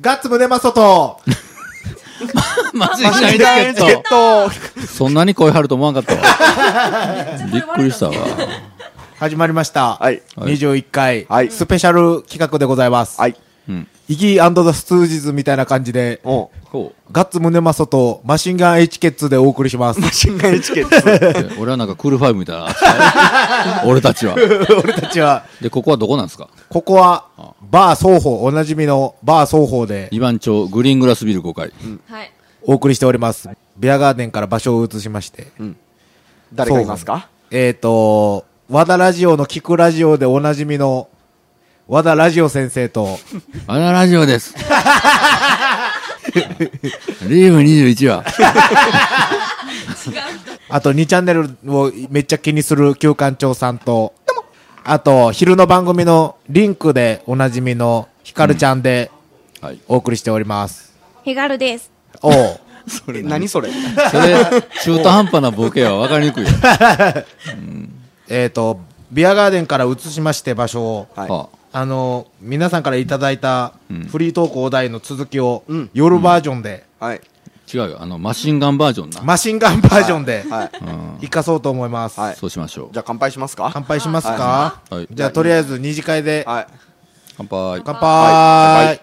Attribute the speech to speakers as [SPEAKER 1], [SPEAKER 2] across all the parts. [SPEAKER 1] ガッツムネマソと、
[SPEAKER 2] マジ
[SPEAKER 3] マシンガンエ
[SPEAKER 2] で
[SPEAKER 3] チケット
[SPEAKER 2] そんなに声張ると思わんか ったわ。びっくりしたわ。
[SPEAKER 1] 始まりました。
[SPEAKER 3] はい
[SPEAKER 1] 21回、
[SPEAKER 3] はい
[SPEAKER 1] スペシャル企画でございます。
[SPEAKER 3] はい。
[SPEAKER 2] うん。
[SPEAKER 1] イギーザ・スツージズみたいな感じで、
[SPEAKER 3] お
[SPEAKER 2] こ
[SPEAKER 1] ガッツムネマソとマシンガンエチケッツでお送りします。
[SPEAKER 3] マシンガンエチケッ
[SPEAKER 2] う。で俺はなんかクールファイブみたいな。 俺たち は。
[SPEAKER 1] 俺たちは、
[SPEAKER 2] で、ここはどこなんですか
[SPEAKER 1] ここは、バー双方、おなじみのバー双方で
[SPEAKER 2] 二番町グリーングラスビル5階。
[SPEAKER 4] はい。
[SPEAKER 1] お送りしております。ビアガーデンから場所を移しまして。
[SPEAKER 3] ト。誰がいますか
[SPEAKER 1] えっ、と、和田ラジオの聞くラジオでおなじみの、和田ラジオ先生 と、
[SPEAKER 2] あらラジオです。リーム21は。
[SPEAKER 1] あと2チャンネルをめっちゃ気にする旧館長さんと、あと、昼の番組のリンクでおなじみのヒカルちゃんで
[SPEAKER 2] はい。
[SPEAKER 1] お送りしております。
[SPEAKER 4] ヘガルです。
[SPEAKER 1] おう。
[SPEAKER 2] そ
[SPEAKER 3] え何それ
[SPEAKER 2] それ、中途半端なボケは分かりにくいよ。
[SPEAKER 1] えっ、と、ビアガーデンから移しまして場所を、
[SPEAKER 3] はい
[SPEAKER 2] はあ
[SPEAKER 1] あの、皆さんからいただいたフリートークお題の続きを、
[SPEAKER 3] うん
[SPEAKER 1] 夜バージョンで、
[SPEAKER 3] はい。
[SPEAKER 2] 違うよ。あの、マシンガンバージョンな。
[SPEAKER 1] マシンガンバージョンで、
[SPEAKER 3] はい。
[SPEAKER 2] うん。
[SPEAKER 1] 生かそうと思います。
[SPEAKER 3] はい
[SPEAKER 2] そうしましょう
[SPEAKER 3] じ。ゃあ乾杯しますか
[SPEAKER 1] 乾杯しますか、
[SPEAKER 2] はいはい
[SPEAKER 1] じゃあとりあえず二次会で
[SPEAKER 3] はい。
[SPEAKER 2] 乾杯。
[SPEAKER 1] 乾杯、
[SPEAKER 3] はい乾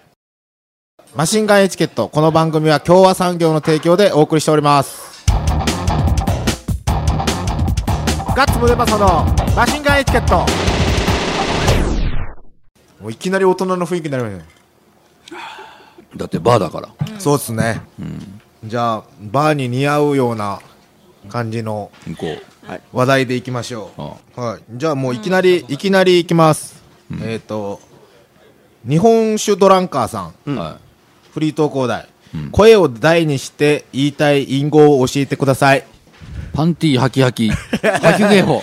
[SPEAKER 1] マシンガンエチケットこの番組は共和産業の提供でお送りしておりますガッツムネマソのマシンガンエチケットもういきなり大人の雰囲気になりましたね、
[SPEAKER 2] だってバーだから。
[SPEAKER 1] そうですね、じゃあバーに似合うような感じの
[SPEAKER 2] 向こう。
[SPEAKER 1] 話題でいきましょう
[SPEAKER 2] あ
[SPEAKER 1] はい、じゃあもういきなり、いきなりいきます、えっ、と日本酒ドランカーさん
[SPEAKER 3] うん
[SPEAKER 2] は
[SPEAKER 1] フリー投稿題、声を大にして言いたい隠語を教えてください
[SPEAKER 2] い。パンティーハキハキ。ハキ芸法。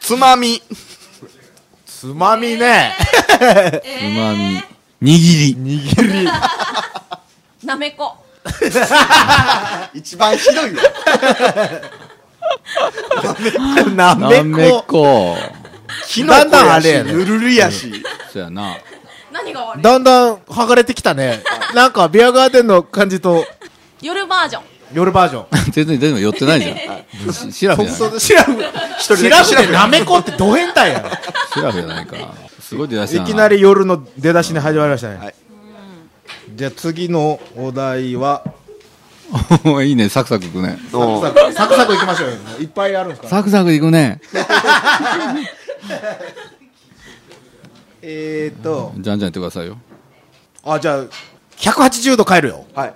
[SPEAKER 3] つまみ。
[SPEAKER 1] つまみね、
[SPEAKER 2] うまみ。握り。
[SPEAKER 1] 握り
[SPEAKER 4] なめこ。
[SPEAKER 3] 一番ひどいよ。
[SPEAKER 1] な
[SPEAKER 2] な
[SPEAKER 1] め
[SPEAKER 2] め
[SPEAKER 1] こ
[SPEAKER 2] こ。
[SPEAKER 3] き
[SPEAKER 1] だんだんあれやね
[SPEAKER 3] ぬるるやし。
[SPEAKER 2] そやな。
[SPEAKER 4] 何が悪い
[SPEAKER 1] だんだん剥がれてきたねなんかビアガーデンの感じと
[SPEAKER 4] 夜バージョン。
[SPEAKER 1] 夜バージョン
[SPEAKER 2] 全然、全然寄ってないじゃん。しシラフじゃない。
[SPEAKER 1] シラフ
[SPEAKER 3] 人で
[SPEAKER 1] シラフでなめこってど変態やろ
[SPEAKER 2] シラフじゃないか。すごい出だしだ
[SPEAKER 1] いきな
[SPEAKER 2] り。
[SPEAKER 1] り夜の出だしに始まりましたね、
[SPEAKER 3] はい
[SPEAKER 1] じゃあ次のお題は
[SPEAKER 2] いいね、サクサクいくね。
[SPEAKER 3] おう
[SPEAKER 1] サクサクサクいきましょうよいっぱいあるんですから
[SPEAKER 2] サクサクいくね。
[SPEAKER 1] えーっと
[SPEAKER 2] じゃんじゃんやってくださいよ。
[SPEAKER 1] あじゃあ180度変えるよ
[SPEAKER 3] はい。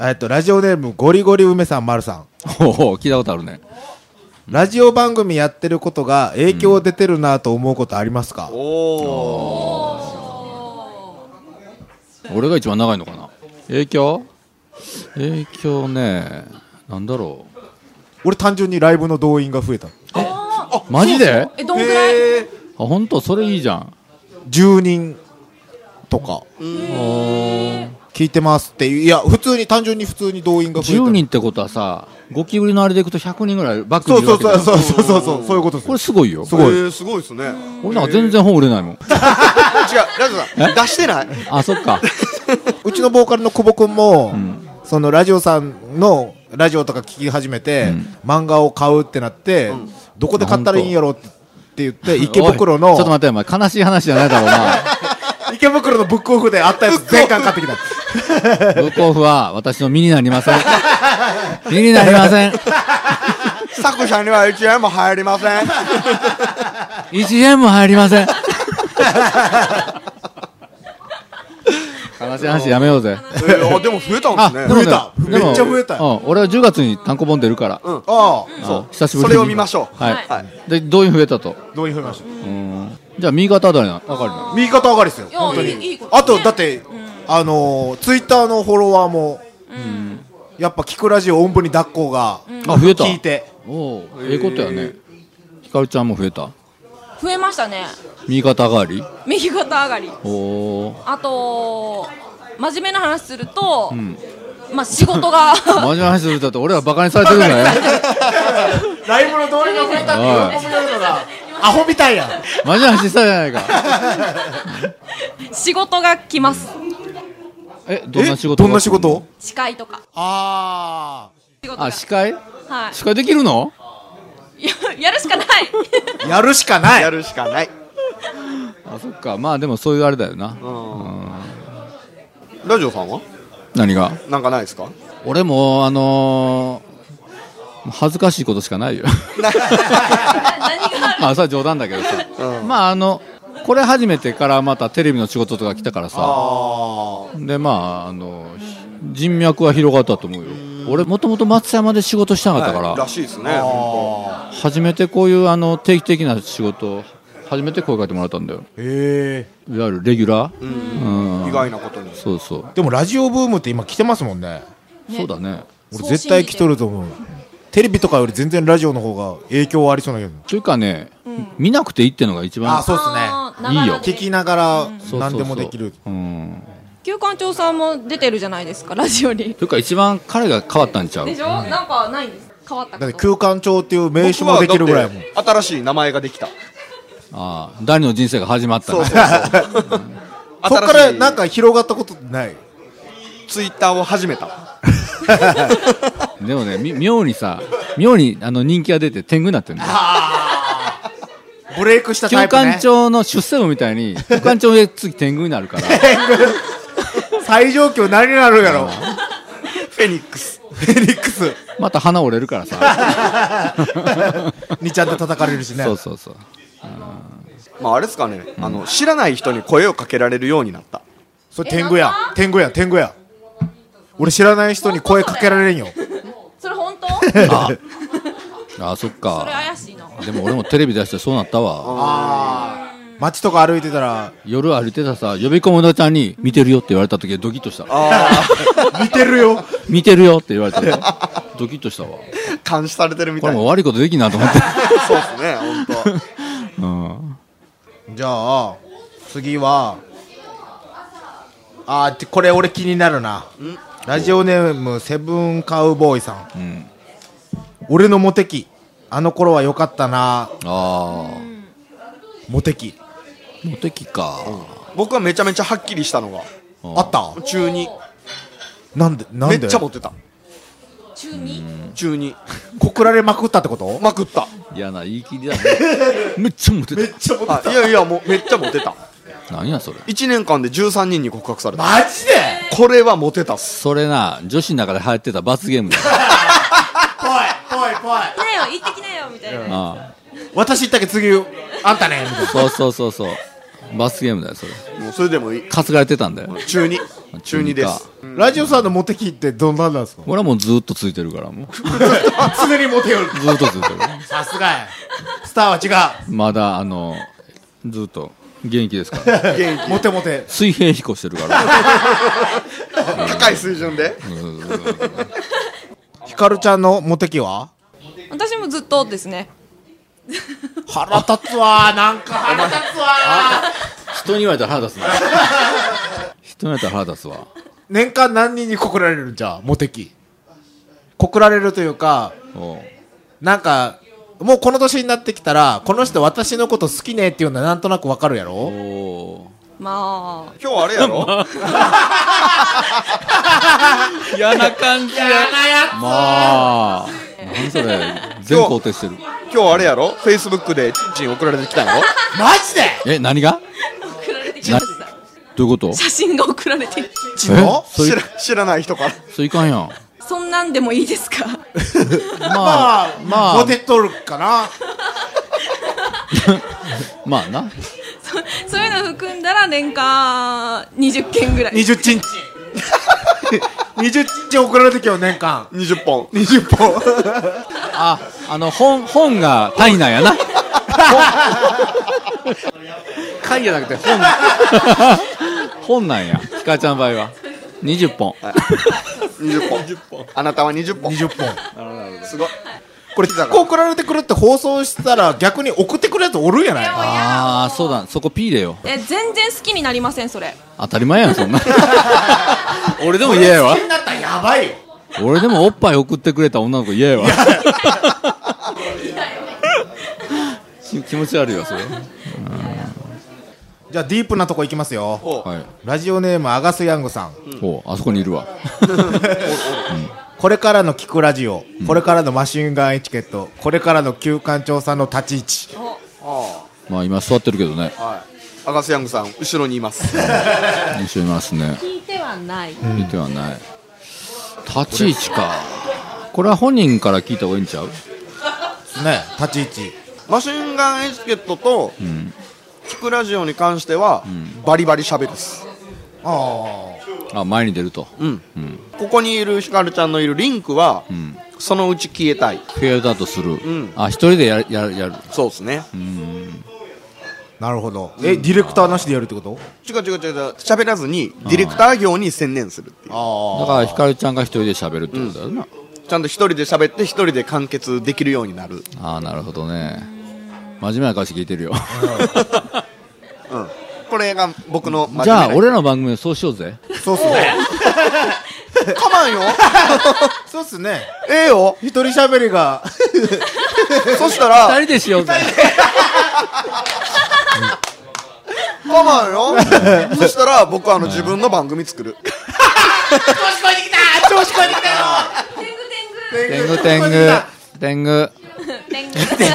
[SPEAKER 1] えっとラジオネームゴリゴリ梅さん丸さん
[SPEAKER 2] おお、聞いたことあるね。
[SPEAKER 1] ラジオ番組やってることが影響出てるなと思うことありますか、
[SPEAKER 3] おー。
[SPEAKER 2] 俺が一番長いのかな。影響影響ね。なんだろ
[SPEAKER 1] 俺単純にライブの動員が増えた
[SPEAKER 2] う。マジであ、
[SPEAKER 4] え、どんぐらい、
[SPEAKER 2] ほんと、それいいじゃん。
[SPEAKER 1] 10人とか聞いてますっていういや普通に単純に普通に動員が増えた
[SPEAKER 2] 10人ってことはさ、ゴキブリのあれでいくと100人ぐらいバック
[SPEAKER 1] そ
[SPEAKER 2] にいうる
[SPEAKER 1] そ
[SPEAKER 2] わ
[SPEAKER 1] う
[SPEAKER 2] けだ
[SPEAKER 1] そうそうそうそうそうそういうことです
[SPEAKER 2] これすごいよ。
[SPEAKER 1] すごい
[SPEAKER 3] えーすごいですね。違う、
[SPEAKER 2] 俺なんか全然本売れないもん。
[SPEAKER 3] ラズさん、出してない
[SPEAKER 2] あ、そっか。
[SPEAKER 1] うちのボーカルの久保君も、そのラジオさんのラジオとか聞き始めて、漫画を買うってなって、どこで買ったらいいんやろって言って池袋
[SPEAKER 2] おい
[SPEAKER 1] の
[SPEAKER 2] ちょっと待って、お前、悲しい話じゃないだろうな。
[SPEAKER 1] 池袋のブックオフであったやつ全巻買ってきた
[SPEAKER 2] ブックオフは私の身になりません。身になりません。
[SPEAKER 3] 作者には1円も入りません。
[SPEAKER 2] 1円も入りません。悲しい話やめようぜ。
[SPEAKER 3] えーあ、でも増えたんですね。
[SPEAKER 1] 増えためっちゃ増えた
[SPEAKER 2] うん、俺は10月に単行本出るから。
[SPEAKER 3] うん
[SPEAKER 1] ああ
[SPEAKER 2] そ
[SPEAKER 3] そう
[SPEAKER 2] 久しぶりに
[SPEAKER 3] それを見ましょう
[SPEAKER 2] はい。
[SPEAKER 4] は
[SPEAKER 2] で、どういうふうに増えたと。
[SPEAKER 1] どういうふうにました
[SPEAKER 2] うん。じゃあ、右肩あたりな。わかるな。
[SPEAKER 1] 右肩上がりですよ
[SPEAKER 4] いや
[SPEAKER 1] 本当
[SPEAKER 4] いいいい
[SPEAKER 1] に
[SPEAKER 4] ことね
[SPEAKER 1] あとだってあのツイッター Twitter のフォロワーもやっぱ聞くラジオおんぶに抱っこが
[SPEAKER 2] あ、増えた。
[SPEAKER 1] 聞いて
[SPEAKER 2] おうええことやね。ひかるちゃんも増えた。
[SPEAKER 4] 増えましたね。
[SPEAKER 2] 右肩上がり。
[SPEAKER 4] 右肩上がり。
[SPEAKER 2] おお。
[SPEAKER 4] あと、真面目な話すると、まあ仕事が。
[SPEAKER 2] 真面目な話するとだって俺はバカにされてるんだよ。
[SPEAKER 1] ライブの動員が増えたって喜びよるのがアホみたいやん
[SPEAKER 2] 真面目な話したじゃないか。
[SPEAKER 4] 仕 仕事が来ます
[SPEAKER 2] え、どん
[SPEAKER 1] え
[SPEAKER 2] な仕事
[SPEAKER 1] どんな仕事
[SPEAKER 4] 司会とか
[SPEAKER 1] あ
[SPEAKER 4] 仕事が
[SPEAKER 2] あ、司会
[SPEAKER 4] は
[SPEAKER 2] 司会できるの
[SPEAKER 4] いややるしかない
[SPEAKER 1] あやるしかない
[SPEAKER 3] やるしかない。
[SPEAKER 2] あ、そっか。まあでもそういうあれだよな。
[SPEAKER 3] ラジオさんは
[SPEAKER 2] 何が
[SPEAKER 3] なんかないですか
[SPEAKER 2] 俺も、あのー、恥ずかしいことしかないよ。
[SPEAKER 4] 何があ る
[SPEAKER 2] まあ、それは冗談だけどさ。まあ、あの、これ始めてからまたテレビの仕事とか来たからさ。で、まあ、あの、ひ人脈は広がったと思うよ。俺、もともと松山で仕事したかったから、
[SPEAKER 3] らしいですね。本
[SPEAKER 2] 初めてこういう、あの、定期的な仕事、初めて声かけてもらったんだよ。
[SPEAKER 1] へえ
[SPEAKER 2] いわゆるレギュラー
[SPEAKER 3] 当
[SPEAKER 2] うん
[SPEAKER 3] 意外なことに。
[SPEAKER 2] そうそう。
[SPEAKER 1] でもラジオブームって今来てますもんね
[SPEAKER 2] そうだね。
[SPEAKER 1] 俺絶対来とると思うテレビとかより全然ラジオの方が影響はありそうだけど
[SPEAKER 2] というかね、見なくていいってのが一番
[SPEAKER 1] あそうっすね
[SPEAKER 4] あーながら
[SPEAKER 2] いいよ
[SPEAKER 4] で
[SPEAKER 1] 聞きながら
[SPEAKER 2] そうそうそう
[SPEAKER 1] 何でもできる
[SPEAKER 2] うん。
[SPEAKER 4] 旧館長さんも出てるじゃないですかラジオに
[SPEAKER 2] というか一番彼が変わったんちゃう
[SPEAKER 4] でしょ、なんかないんです変わった
[SPEAKER 1] だっ
[SPEAKER 4] こ
[SPEAKER 1] て
[SPEAKER 4] と
[SPEAKER 1] 空間調っていう名刺もできるぐらいやもん
[SPEAKER 3] 僕はだって新しい名前ができた。
[SPEAKER 2] ああ、第二の人生が始まったね。
[SPEAKER 1] そっからなん
[SPEAKER 3] か
[SPEAKER 1] か広がったことない
[SPEAKER 3] ツイッターを始めた。
[SPEAKER 2] でもね、み妙にさ、妙にあの人気が出て天狗になってるんだよ。
[SPEAKER 1] ブレイクしたタ
[SPEAKER 2] 旧
[SPEAKER 1] イプね
[SPEAKER 2] 館長の出世部みたいに、旧館長で次天狗になるから、
[SPEAKER 1] 最上級何になるやろ
[SPEAKER 3] フェニックス。
[SPEAKER 1] フェニック ス
[SPEAKER 2] また鼻折れるからさ。
[SPEAKER 1] にちゃんと叩かれるしね
[SPEAKER 2] そうそうそう。
[SPEAKER 3] まああれですかね、あの、知らない人に声をかけられるようになった。
[SPEAKER 1] それ天狗や天狗や天狗や俺知らない人に声かけられんよ
[SPEAKER 4] それ本当
[SPEAKER 2] ああ、そっ
[SPEAKER 4] それ
[SPEAKER 2] か。
[SPEAKER 4] 怪しいな
[SPEAKER 2] でも俺もテレビ出してそうなったわ。
[SPEAKER 1] 街とか歩いてたら
[SPEAKER 2] 夜歩いてたさ、呼び込むのちゃんに、見てるよって言われた時ドキッとした。
[SPEAKER 1] 見てるよ
[SPEAKER 2] 見てるよって言われた時ドキッとしたわ。
[SPEAKER 3] 監視されてるみ
[SPEAKER 2] こ
[SPEAKER 3] た
[SPEAKER 2] れ
[SPEAKER 3] いな。
[SPEAKER 2] もう悪いことできんなと思って。
[SPEAKER 3] そうですね、本当。
[SPEAKER 2] うん。
[SPEAKER 1] じゃあ次はあーちこれ俺気になるなラジオネームセブンカウボーイさん、
[SPEAKER 2] ん
[SPEAKER 1] 俺のモテ期あの頃は良かったな
[SPEAKER 2] ああ。
[SPEAKER 1] モテ期
[SPEAKER 2] モテ期か。
[SPEAKER 3] 僕はめちゃめちゃはっきりしたのが、
[SPEAKER 1] あった
[SPEAKER 3] 中二。
[SPEAKER 1] なんでなん
[SPEAKER 3] め
[SPEAKER 1] で
[SPEAKER 3] っちゃモテた。
[SPEAKER 4] 中二
[SPEAKER 3] 中二。
[SPEAKER 1] 告られまくったってこと
[SPEAKER 3] まくった。
[SPEAKER 2] 嫌な言い切りだね。 めっちゃモテた。
[SPEAKER 1] ちゃモ
[SPEAKER 3] あいやいや、もうめっちゃモテた。
[SPEAKER 2] 何やそれ。
[SPEAKER 3] 1年間で13人に告白された。
[SPEAKER 1] マジで
[SPEAKER 3] これはモテたっす。
[SPEAKER 2] それな、女子の中で流行ってた罰ゲームだよ。
[SPEAKER 1] ぽいぽいぽい
[SPEAKER 4] ねえよ行ってきなよみたいな
[SPEAKER 2] あ
[SPEAKER 1] 私行ったけど次あんたねみたい
[SPEAKER 2] あ
[SPEAKER 1] な
[SPEAKER 2] そうそうそうそう。罰ゲームだよ、それ。
[SPEAKER 3] もうそれでもいい。
[SPEAKER 2] 担がれてたんだよ。
[SPEAKER 3] 中二。中二です。
[SPEAKER 1] ラジオさんのモテ期ってどんなんなんですか
[SPEAKER 2] 俺はもうずっとついてるから、もう。ず
[SPEAKER 1] 常にモテよる
[SPEAKER 2] っとついてる。
[SPEAKER 1] さすがやスターは
[SPEAKER 2] まだ、あの、ずっと元気ですから。
[SPEAKER 3] 元
[SPEAKER 1] 違うモテモテ
[SPEAKER 2] 水平飛行してるから。
[SPEAKER 3] 気。高い水準で。
[SPEAKER 1] ひかるちゃんのモテ期は
[SPEAKER 4] 私もずっとですね
[SPEAKER 1] 腹立つわーなんか腹立つわ
[SPEAKER 2] 人に言われたら腹立つな。人に言われたら腹立つわ。
[SPEAKER 1] 年間何人に告られるんじゃあモテ期告られるというか
[SPEAKER 2] おう
[SPEAKER 1] なんかもうこの年になってきたらこの人私のこと好きねっていうのはなんとなくわかるやろ
[SPEAKER 2] お
[SPEAKER 4] ま
[SPEAKER 3] 今日あれやろ
[SPEAKER 2] う嫌な感じや。
[SPEAKER 1] や
[SPEAKER 2] まあ。何それ。全肯定してる。
[SPEAKER 3] 今日あれやろ ?Facebook でチンチン送られてきたんやろ
[SPEAKER 1] マジで
[SPEAKER 2] え、何が
[SPEAKER 4] あ送られてきました
[SPEAKER 2] どういうこと
[SPEAKER 4] 写真が送られてきて
[SPEAKER 1] ちの
[SPEAKER 2] そうい
[SPEAKER 3] 知ら知らない人から。
[SPEAKER 2] そういかんやん。
[SPEAKER 4] そんなんでもいいですか
[SPEAKER 2] ま
[SPEAKER 1] ま
[SPEAKER 2] あ
[SPEAKER 1] あ、
[SPEAKER 2] まあ
[SPEAKER 1] モ、テとるかな
[SPEAKER 2] まあな。
[SPEAKER 4] そういうの含んだら年間20件ぐらい
[SPEAKER 1] 20チンチン20チンチン送られてきよ年間
[SPEAKER 3] 20本。
[SPEAKER 1] 20本
[SPEAKER 2] あ、あの、本、本が単位なんやな。会じゃなくて本。本なんや。ひかちゃんの場合は。20本。
[SPEAKER 3] 20本。あなたは20本。
[SPEAKER 1] 20本
[SPEAKER 3] すごい。
[SPEAKER 1] これ送られてくるって放送したら逆に送ってくるやつおるんやない
[SPEAKER 4] やもう嫌
[SPEAKER 2] ああ、そうだ。そこ P でよ。
[SPEAKER 4] え全然好きになりませんそれ
[SPEAKER 2] 当たり前やん、そんな。 俺でも嫌やわ
[SPEAKER 1] 好き。になったらやばいよ
[SPEAKER 2] 俺でもおっぱい送ってくれた女の子嫌やわ。気持ち悪いわ、それ。
[SPEAKER 1] じゃあディープなとこ行きますよ
[SPEAKER 3] お
[SPEAKER 2] はい
[SPEAKER 1] ラジオネームアガス・ヤングさん
[SPEAKER 2] おあそこにい るわ
[SPEAKER 1] これからの聞くラジオ、これからのマシンガンエチケットこれからの休館長さんの立ち位置
[SPEAKER 3] あ
[SPEAKER 2] まあ今座ってるけどね
[SPEAKER 3] あはいアガス・ヤングさん後ろにいます
[SPEAKER 2] 一緒にいますね
[SPEAKER 4] 聞いてはない。
[SPEAKER 2] 見てはない立ち位置かこれは本人から聞いた方がいいんちゃう
[SPEAKER 1] ね立ち位置
[SPEAKER 3] マシンガンエチケットと、聞くラジオに関しては、バリバリ喋るっす
[SPEAKER 1] あ
[SPEAKER 2] あ前に出ると
[SPEAKER 3] うん、ここにいるヒカルちゃんのいるリンクは、
[SPEAKER 2] ん
[SPEAKER 3] そのうち消えたい
[SPEAKER 2] フェアだとする、
[SPEAKER 3] ん
[SPEAKER 2] あ一人でやるやるやる
[SPEAKER 3] そうですね、
[SPEAKER 1] あなるほどえディレクターなしでやるってこと
[SPEAKER 3] 違う違う違う違う喋らずにディレクター業に専念するっていう
[SPEAKER 2] だからひかるちゃんが一人で喋るってことだよな、
[SPEAKER 3] ちゃんと一人で喋って一人で完結できるようになる
[SPEAKER 2] ああなるほどね真面目な歌詞聞いてるよ
[SPEAKER 3] これが僕の
[SPEAKER 2] じゃあ俺 ら
[SPEAKER 3] ら
[SPEAKER 2] の番組でそうしようぜ
[SPEAKER 1] そうっすね
[SPEAKER 3] かまん よ
[SPEAKER 1] そうっすね
[SPEAKER 3] ええよ
[SPEAKER 1] 一人喋りが
[SPEAKER 3] そした
[SPEAKER 2] 二
[SPEAKER 3] ら
[SPEAKER 2] 人でしようぜ
[SPEAKER 3] かまんよ そしたら僕はあの自分の番組 作る
[SPEAKER 4] 天狗
[SPEAKER 2] 天狗天狗 天狗
[SPEAKER 4] 天狗。天狗。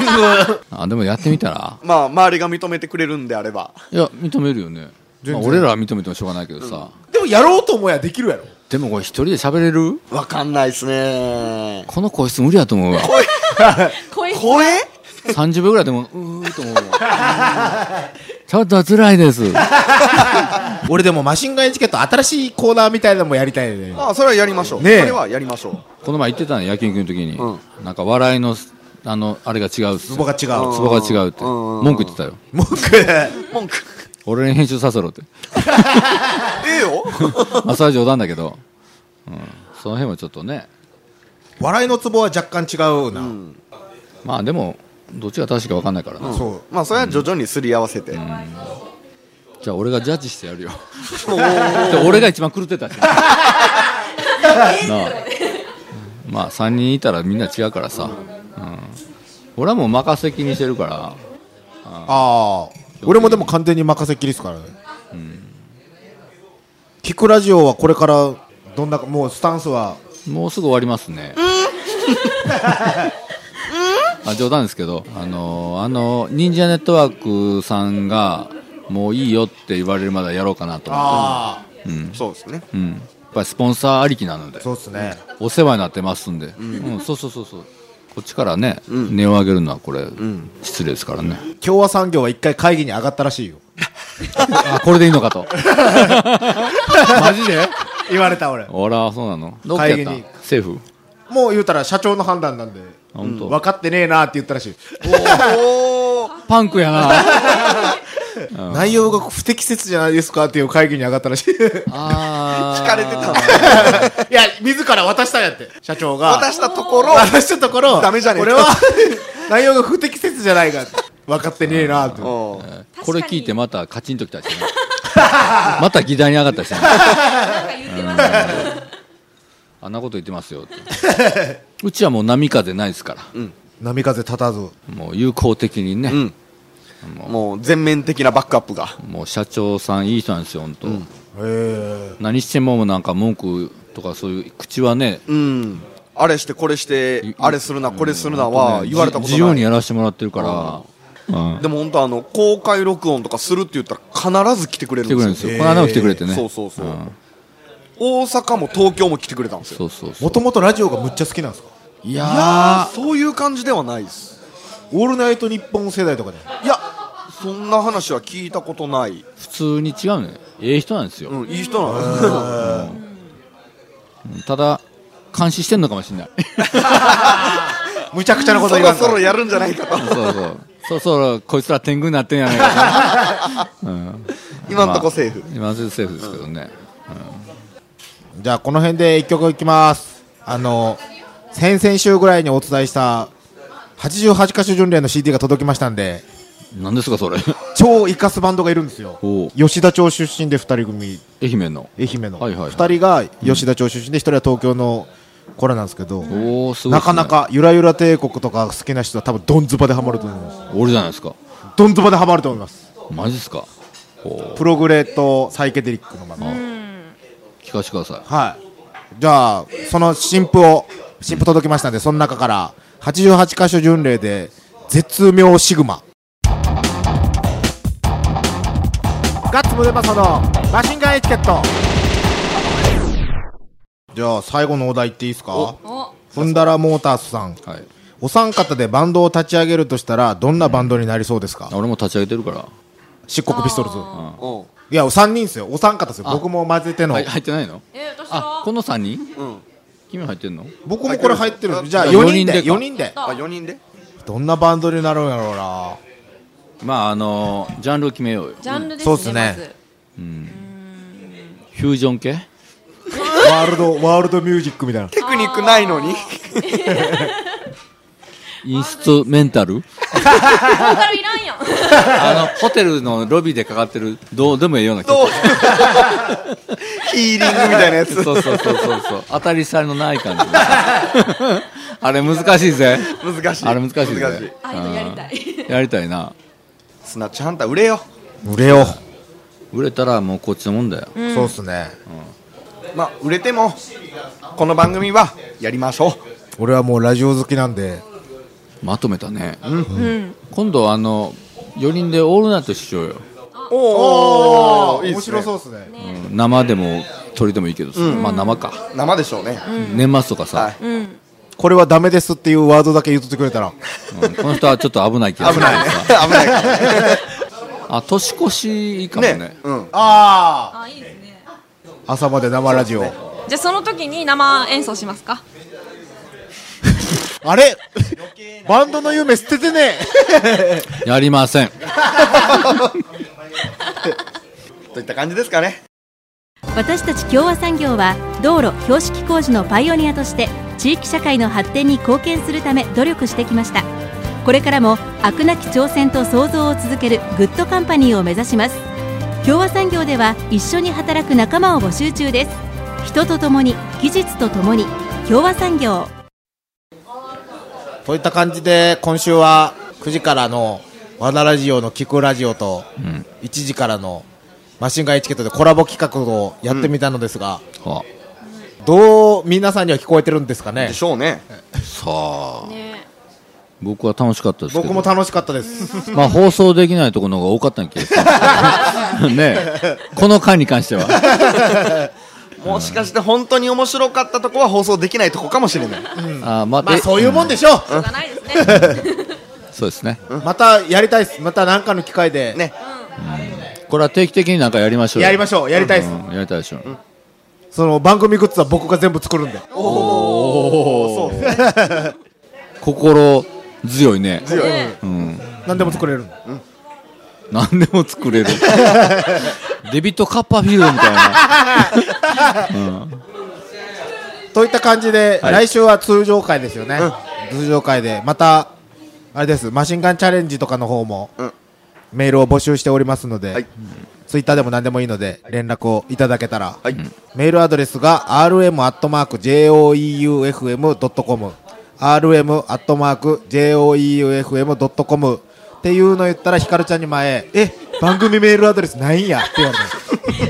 [SPEAKER 2] あでもやってみたら
[SPEAKER 3] まあ周りが認めてくれるんであれば
[SPEAKER 2] いや認めるよね、まあ、俺らは認めてもしょうがないけどさ、
[SPEAKER 1] でもやろうと思えばできるやろ
[SPEAKER 2] でもこれ一人で喋れる
[SPEAKER 3] わかんないっすね
[SPEAKER 2] この個室無理やと思うわ
[SPEAKER 4] 声。
[SPEAKER 3] 声
[SPEAKER 2] 30秒ぐらいでもうーと思うわ ちょっと辛いです
[SPEAKER 1] 俺でもマシンガンエチケット新しいコーナーみたいなのもやりたいね
[SPEAKER 3] ああそれはやりましょう、
[SPEAKER 1] ねえ
[SPEAKER 3] それはやりましょう
[SPEAKER 2] この前言ってたの焼肉の時に、
[SPEAKER 3] う
[SPEAKER 2] なんか笑いのあのあれが違うっす
[SPEAKER 1] ツボが違う
[SPEAKER 2] ツボが違うって
[SPEAKER 3] うん
[SPEAKER 2] 文句言ってたよ
[SPEAKER 1] 文句
[SPEAKER 3] 文句
[SPEAKER 2] 俺に編集させろって
[SPEAKER 3] ええよ
[SPEAKER 2] まあそれは冗談だけど、うん、その辺もちょっとね
[SPEAKER 1] 笑いのツボは若干違うな、
[SPEAKER 2] まあでもどっちが正しいか分かんないからな、
[SPEAKER 1] そう
[SPEAKER 3] まあそれは徐々にすり合わせて、
[SPEAKER 2] じゃあ俺がジャッジしてやるよで俺が一番狂ってたしなあまあ3人いたらみんな違うからさ、うん俺はもう任せきにしてるから
[SPEAKER 1] ああ俺もでも完全に任せっきりですからね、聞くラジオはこれからどんなもうスタンスは
[SPEAKER 2] もうすぐ終わりますね。 あ冗談ですけど、あのあの忍者ネットワークさんがもういいよって言われるまでやろうかなと思っ
[SPEAKER 1] ああ
[SPEAKER 3] そうですね
[SPEAKER 2] て、うん、やっぱりスポンサーありきなので、
[SPEAKER 1] そうっすね
[SPEAKER 2] お世話になってますんで、うん、そうそうそうそう、こっちからね、値を上げるのはこれ、失礼ですからね。
[SPEAKER 1] 共和産業は一回会議に上がったら しいよ
[SPEAKER 2] あこれでいいのかと。 マジで？
[SPEAKER 1] 言われた俺
[SPEAKER 2] あらそうなの？どっかやっ
[SPEAKER 1] 会
[SPEAKER 2] た
[SPEAKER 1] 議に？
[SPEAKER 2] 政府？
[SPEAKER 1] もう言うたら社長の判断なんで
[SPEAKER 2] あ本当
[SPEAKER 1] 分かってねえなって言ったらしい
[SPEAKER 3] おー
[SPEAKER 2] パンクやな。
[SPEAKER 1] 内容が不適切じゃないですかっていう会議に上がった らしいい
[SPEAKER 2] あー
[SPEAKER 3] 聞かれてたの
[SPEAKER 1] や自ら渡したんやって社長が
[SPEAKER 3] 渡したところ
[SPEAKER 1] 渡したところ
[SPEAKER 3] ダメじゃねえ
[SPEAKER 1] 俺は内容が不適切じゃないかって分かってねえなって
[SPEAKER 3] おー
[SPEAKER 2] これ聞いてまたカチンときたりしてねまた議題に上がったりしてね
[SPEAKER 4] なんか言ってました。
[SPEAKER 2] あんなこと言ってますよってうちはもう波風ないですから、
[SPEAKER 1] 波風立たず
[SPEAKER 2] もう友好的にね、
[SPEAKER 3] んもう全面的なバックアップが
[SPEAKER 2] もう社長さんいい人なんですよ本当、
[SPEAKER 1] へえ
[SPEAKER 2] 何してもなんか文句とかそういう口はね
[SPEAKER 3] うんあれしてこれしてあれするなこれするなは
[SPEAKER 2] ね
[SPEAKER 3] 言われたこと
[SPEAKER 2] 自由
[SPEAKER 3] な
[SPEAKER 2] に
[SPEAKER 3] い
[SPEAKER 2] やらせてもらってるから、うん
[SPEAKER 3] でも本当あの公開録音とかするって言ったら必ず来てくれる
[SPEAKER 2] 来て
[SPEAKER 3] んで
[SPEAKER 2] くれ
[SPEAKER 3] す
[SPEAKER 2] る
[SPEAKER 3] よ
[SPEAKER 2] んですよ、この間も来てくれてね
[SPEAKER 3] そうそうそうん大阪も東京も来てくれたんですよ
[SPEAKER 2] そうそうそう
[SPEAKER 1] もともとラジオがむっちゃ好きなんですか
[SPEAKER 2] いやー
[SPEAKER 3] いやーそういう感じではないです
[SPEAKER 1] オールナイト日本世代とかで
[SPEAKER 3] いやそんな話は聞いたことない、
[SPEAKER 2] 普通に違うねええ人なんですよ、
[SPEAKER 3] うん、いい人なんです
[SPEAKER 2] ただ監視してんのかもしれない
[SPEAKER 1] むちゃくちゃなこと
[SPEAKER 3] そ
[SPEAKER 1] 言わ
[SPEAKER 3] ろ
[SPEAKER 1] んか
[SPEAKER 3] そ
[SPEAKER 1] ら
[SPEAKER 3] ろやるんじゃないかと
[SPEAKER 2] そうそうそうそうこいつら天狗になってんやないか な
[SPEAKER 3] 今んとこセーフ、
[SPEAKER 2] まあ今のとこセーフですけどね、
[SPEAKER 1] じゃあこの辺で一曲いきますあの先々週ぐらいにお伝えした88歌手巡礼の CD が届きましたんで
[SPEAKER 2] なんですかそれ
[SPEAKER 1] 超イカすバンドがいるんですよ
[SPEAKER 2] おう
[SPEAKER 1] 吉田町出身で2人組
[SPEAKER 2] 愛媛の
[SPEAKER 1] 愛媛の、
[SPEAKER 2] はいはいはい
[SPEAKER 1] 2人が吉田町出身で1人は東京の子らなんですけど
[SPEAKER 2] おおすごい
[SPEAKER 1] な
[SPEAKER 2] っすね
[SPEAKER 1] かなかゆらゆら帝国とか好きな人は多分ドンズバでハマると思います
[SPEAKER 2] 俺じゃないですか
[SPEAKER 1] ドンズバでハマると思います
[SPEAKER 2] マジっすかこ
[SPEAKER 1] プログレとサイケデリックの漫画、
[SPEAKER 2] う聞かせてください
[SPEAKER 1] はいじゃあその新譜を新譜届きましたんでその中から88箇所巡礼で絶妙シグマガッツムデパソのマシンガンエチケットじゃあ最後のお題いっていいですか
[SPEAKER 4] お
[SPEAKER 1] ふんだらモータースさん
[SPEAKER 2] はい
[SPEAKER 1] お三方でバンドを立ち上げるとしたらどんなバンドになりそうですか
[SPEAKER 2] 俺も立ち上げてるから
[SPEAKER 1] 漆黒ピストルズ
[SPEAKER 2] うん
[SPEAKER 3] お
[SPEAKER 1] いや3人ですよお三方ですよ
[SPEAKER 2] あ
[SPEAKER 1] 僕も混ぜての
[SPEAKER 2] はい入ってないの
[SPEAKER 4] え私
[SPEAKER 2] あ
[SPEAKER 4] は
[SPEAKER 2] この3人
[SPEAKER 3] うん
[SPEAKER 2] 君入ってんの
[SPEAKER 1] 僕もこれ入ってる
[SPEAKER 3] 入ってる
[SPEAKER 1] じゃあ
[SPEAKER 2] あ
[SPEAKER 1] 4人で4
[SPEAKER 2] 4
[SPEAKER 1] 人で
[SPEAKER 4] か
[SPEAKER 3] あ4人で
[SPEAKER 1] どんなバンドになるんやろうな
[SPEAKER 2] まああのジャンルを決めようよ
[SPEAKER 4] ジャンルで
[SPEAKER 1] そうっ
[SPEAKER 4] す
[SPEAKER 1] す
[SPEAKER 4] ね
[SPEAKER 1] ね
[SPEAKER 4] まず
[SPEAKER 2] フュージョン系
[SPEAKER 1] ワールドワールドミュージックみたいな
[SPEAKER 3] テクニックないのに
[SPEAKER 2] インストメンタル
[SPEAKER 4] ボーカルいらんやん
[SPEAKER 2] あのホテルのロビーでかかってるどうでもいいような曲
[SPEAKER 3] どうヒーリングみたいなやつ
[SPEAKER 2] そうそうそうそうそう当たり障りのない感じあれ難しいぜ
[SPEAKER 3] 難しい
[SPEAKER 2] あれ難しい
[SPEAKER 3] 難しい
[SPEAKER 2] ぜ
[SPEAKER 4] あいうのやりたい
[SPEAKER 2] やりたいな
[SPEAKER 3] スナッチハンター売れよ
[SPEAKER 1] 売れよ
[SPEAKER 2] 売れたらもうこっちのもんだよ
[SPEAKER 1] そうっすね
[SPEAKER 3] まあ売れてもこの番組はやりましょう
[SPEAKER 1] 俺はもうラジオ好きなんで
[SPEAKER 2] まとめたね今度あの4人でオールナイトしようよ
[SPEAKER 3] お
[SPEAKER 1] 面白そううっすね
[SPEAKER 2] うん生でも鳥でもいいけどさまあ生か
[SPEAKER 3] 生でしょうね
[SPEAKER 2] 年末とか
[SPEAKER 3] は
[SPEAKER 2] さ
[SPEAKER 3] い
[SPEAKER 4] うん
[SPEAKER 1] これはダメですっていうワードだけ言っとってくれたら
[SPEAKER 2] うんこの人はちょっと危ない気がす
[SPEAKER 3] 危
[SPEAKER 2] る
[SPEAKER 3] ないね 危ないか
[SPEAKER 2] あ年越しいいかも
[SPEAKER 3] らね
[SPEAKER 2] ね
[SPEAKER 3] うん
[SPEAKER 1] あ
[SPEAKER 4] あいいですね
[SPEAKER 1] あ朝まで生ラジオ
[SPEAKER 4] じゃあその時に生演奏しますか
[SPEAKER 1] あれバンドの夢捨ててね
[SPEAKER 2] やりません
[SPEAKER 3] といった感じですかね
[SPEAKER 5] 私たち共和産業は道路標識工事のパイオニアとして地域社会の発展に貢献するため努力してきましたこれからも飽くなき挑戦と創造を続けるグッドカンパニーを目指します共和産業では一緒に働く仲間を募集中です人と共に技術と共に共和産業
[SPEAKER 1] といった感じで今週は9時からの「和田ラジオ」の「聞くラジオ」と1時からの「マシンガンエチケット」でコラボ企画をやってみたのですが、
[SPEAKER 2] あ
[SPEAKER 1] どう皆さんには聞こえてるんですかね
[SPEAKER 3] でしょうね
[SPEAKER 2] さあ
[SPEAKER 4] ね
[SPEAKER 2] 僕は楽しかったですけど
[SPEAKER 1] 僕も楽しかったです
[SPEAKER 2] まあ放送できないところの方が多かったん気がする ねえこの回に関しては
[SPEAKER 3] もしかして本当に面白かったとこは放送できないとこかもしれない
[SPEAKER 2] あま
[SPEAKER 1] まあ
[SPEAKER 2] あで
[SPEAKER 1] そういうもんでしょ
[SPEAKER 4] しょうがないですね
[SPEAKER 2] そうですね
[SPEAKER 1] う、またやりたいですまた何かの機会で、
[SPEAKER 3] ね
[SPEAKER 2] これは定期的になんかやりましょう
[SPEAKER 1] やりま
[SPEAKER 2] し
[SPEAKER 1] しょうやりたいです、
[SPEAKER 2] うん、やりたいでしょう、
[SPEAKER 1] その番組グッズは僕が全部作るんで
[SPEAKER 3] おおそうね
[SPEAKER 2] 心強いね
[SPEAKER 4] ね
[SPEAKER 2] うん
[SPEAKER 1] 何でも作れるんで
[SPEAKER 2] 何でも作れ るデビットカッパーフィールドみたいな
[SPEAKER 1] といった感じで、
[SPEAKER 2] はい
[SPEAKER 1] 来週は通常会ですよね、通常会でまたあれですマシンガンチャレンジとかの方も、
[SPEAKER 3] うん
[SPEAKER 1] メールを募集しておりますので、
[SPEAKER 3] はい
[SPEAKER 1] ツイッターでも何でもいいので連絡をいただけたら、
[SPEAKER 3] はい
[SPEAKER 1] メールアドレスが rm.joeufm.com rm.joeufm.com っていうの言ったらひかるちゃんに前え番組メールアドレスないんやって言われ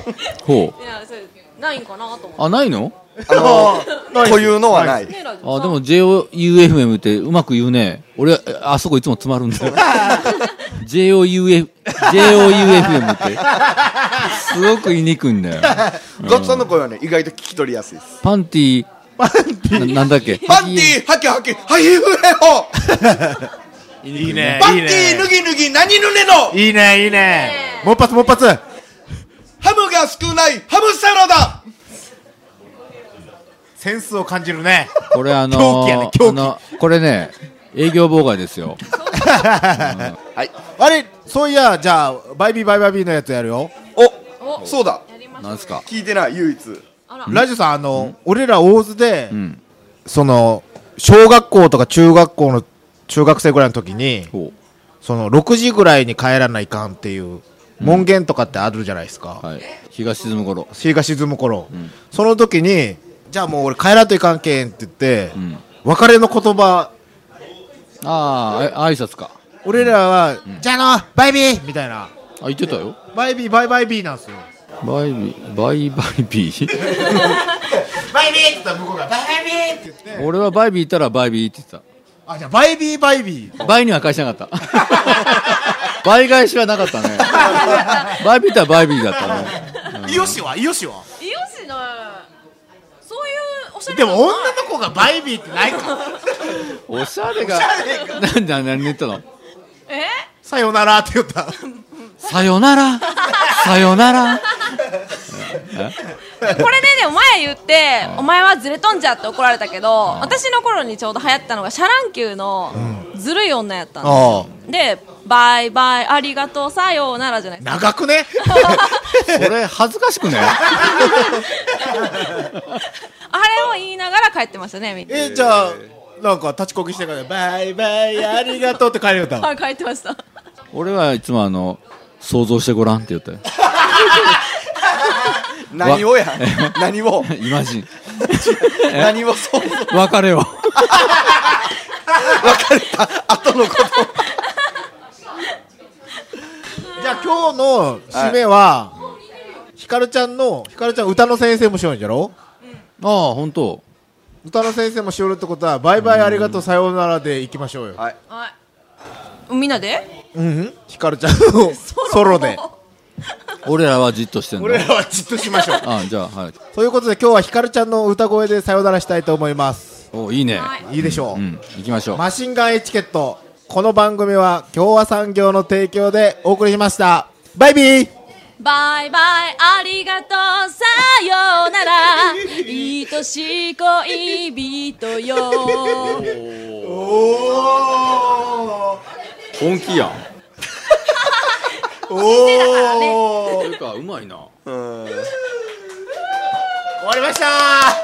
[SPEAKER 1] た
[SPEAKER 2] ほ
[SPEAKER 4] いやそうないんかなと思っ
[SPEAKER 2] うあないの
[SPEAKER 3] あのというのはない
[SPEAKER 4] てねラジオ
[SPEAKER 2] あでも JOUFM ってうまく言うね俺えあそこいつも詰まる んだよ JOUF JOUFM ってすごく言いにくいんだよ
[SPEAKER 3] ガッツさんの声はね意外と聞き取りやすいです
[SPEAKER 2] パンティパンティななんだっけ
[SPEAKER 3] パンティーハキハキハイフレホ
[SPEAKER 1] いいね
[SPEAKER 3] パンティー脱ぎ脱ぎ何ぬねの
[SPEAKER 1] いいねいいねもう一発もう一発
[SPEAKER 3] ハムが少ないハムサラダ
[SPEAKER 1] センスを感じるね
[SPEAKER 2] これあの
[SPEAKER 1] 狂気やね狂気
[SPEAKER 2] あのこれね営業妨害ですよ
[SPEAKER 3] はい
[SPEAKER 1] あれそういやじゃあバイビーバイバイビーのやつやるよ
[SPEAKER 3] おそうだ
[SPEAKER 4] やりましょう
[SPEAKER 2] なんすか
[SPEAKER 3] 聞いてない唯一
[SPEAKER 4] あら
[SPEAKER 1] ラジオさんあの俺ら大津で、
[SPEAKER 2] ん
[SPEAKER 1] その小学校とか中学校の中学生ぐらいの時に
[SPEAKER 2] ほ
[SPEAKER 1] その6時ぐらいに帰らないかんっていう門限とかってあるじゃないですか、
[SPEAKER 2] うはい日が沈む頃
[SPEAKER 1] 日が沈む頃、その時にじゃあもう俺帰らんといかんけんって言って、
[SPEAKER 2] ん
[SPEAKER 1] 別れの言葉
[SPEAKER 2] あーあ挨拶か
[SPEAKER 1] 俺らは、じゃあのバイビーみたいな
[SPEAKER 2] あ言ってたよ
[SPEAKER 6] バイビーバイバイビーなんですよ
[SPEAKER 2] バイビーバイバイビー
[SPEAKER 1] バイビーって言ったら向こうがバイバイビーって言って
[SPEAKER 2] 俺はバイビーいたらバイビーって言って
[SPEAKER 6] あじゃあバイビーバイビー
[SPEAKER 2] たバイには返してなかった倍返しはなかったねバイビーいたらバイビーだったね
[SPEAKER 6] イヨシはイヨシは
[SPEAKER 4] イオシのそういうおしゃれ
[SPEAKER 6] で
[SPEAKER 4] な
[SPEAKER 6] も女の子がバイビーってないか
[SPEAKER 2] おしゃれがなんだ何言ったの
[SPEAKER 4] え
[SPEAKER 6] さよならって言った
[SPEAKER 2] さよならさよなら
[SPEAKER 4] これででも前言ってお前はずれとんじゃって怒られたけど私の頃にちょうど流行ったのがシャランキューのずるい女やったんですよでバイバイありがとうさようならじゃないですか
[SPEAKER 6] 長くね
[SPEAKER 2] それ恥ずかしくね
[SPEAKER 4] あれを言いながら帰ってましたねみんな
[SPEAKER 1] えじゃあなんか立ちこぎしてからバイバイありがとうって帰れた
[SPEAKER 4] あ帰ってました
[SPEAKER 2] 俺はいつもあの想像してごらんって言ったよ
[SPEAKER 3] 何 をや何を
[SPEAKER 2] イマジン
[SPEAKER 3] 何を そう
[SPEAKER 2] 別 れを
[SPEAKER 3] 後のこと
[SPEAKER 1] じゃあ今日の締めは、ひかるちゃんのひかるちゃん歌の先生もしようんじゃろ
[SPEAKER 2] ああ本当
[SPEAKER 1] 歌の先生もしよるってことはバイバイありがとうさようならでいきましょうよ
[SPEAKER 3] はい
[SPEAKER 4] はいみんなで
[SPEAKER 1] うんうんひかるちゃんの ソロ で
[SPEAKER 2] 俺らはじっとしてんの
[SPEAKER 1] 俺らはじっとしましょう
[SPEAKER 2] ああじゃあはい
[SPEAKER 1] ということで今日はひかるちゃんの歌声でさよならしたいと思います
[SPEAKER 2] おいいね、
[SPEAKER 4] はい
[SPEAKER 1] いいでしょう、
[SPEAKER 2] うん行きましょう
[SPEAKER 1] マシンガンエチケットこの番組は共和産業の提供でお送りしましたバイビー
[SPEAKER 4] バイバイありがとうさようなら愛しい恋人よ
[SPEAKER 2] 本気やん
[SPEAKER 4] お
[SPEAKER 2] というかうまいな
[SPEAKER 1] 終わりました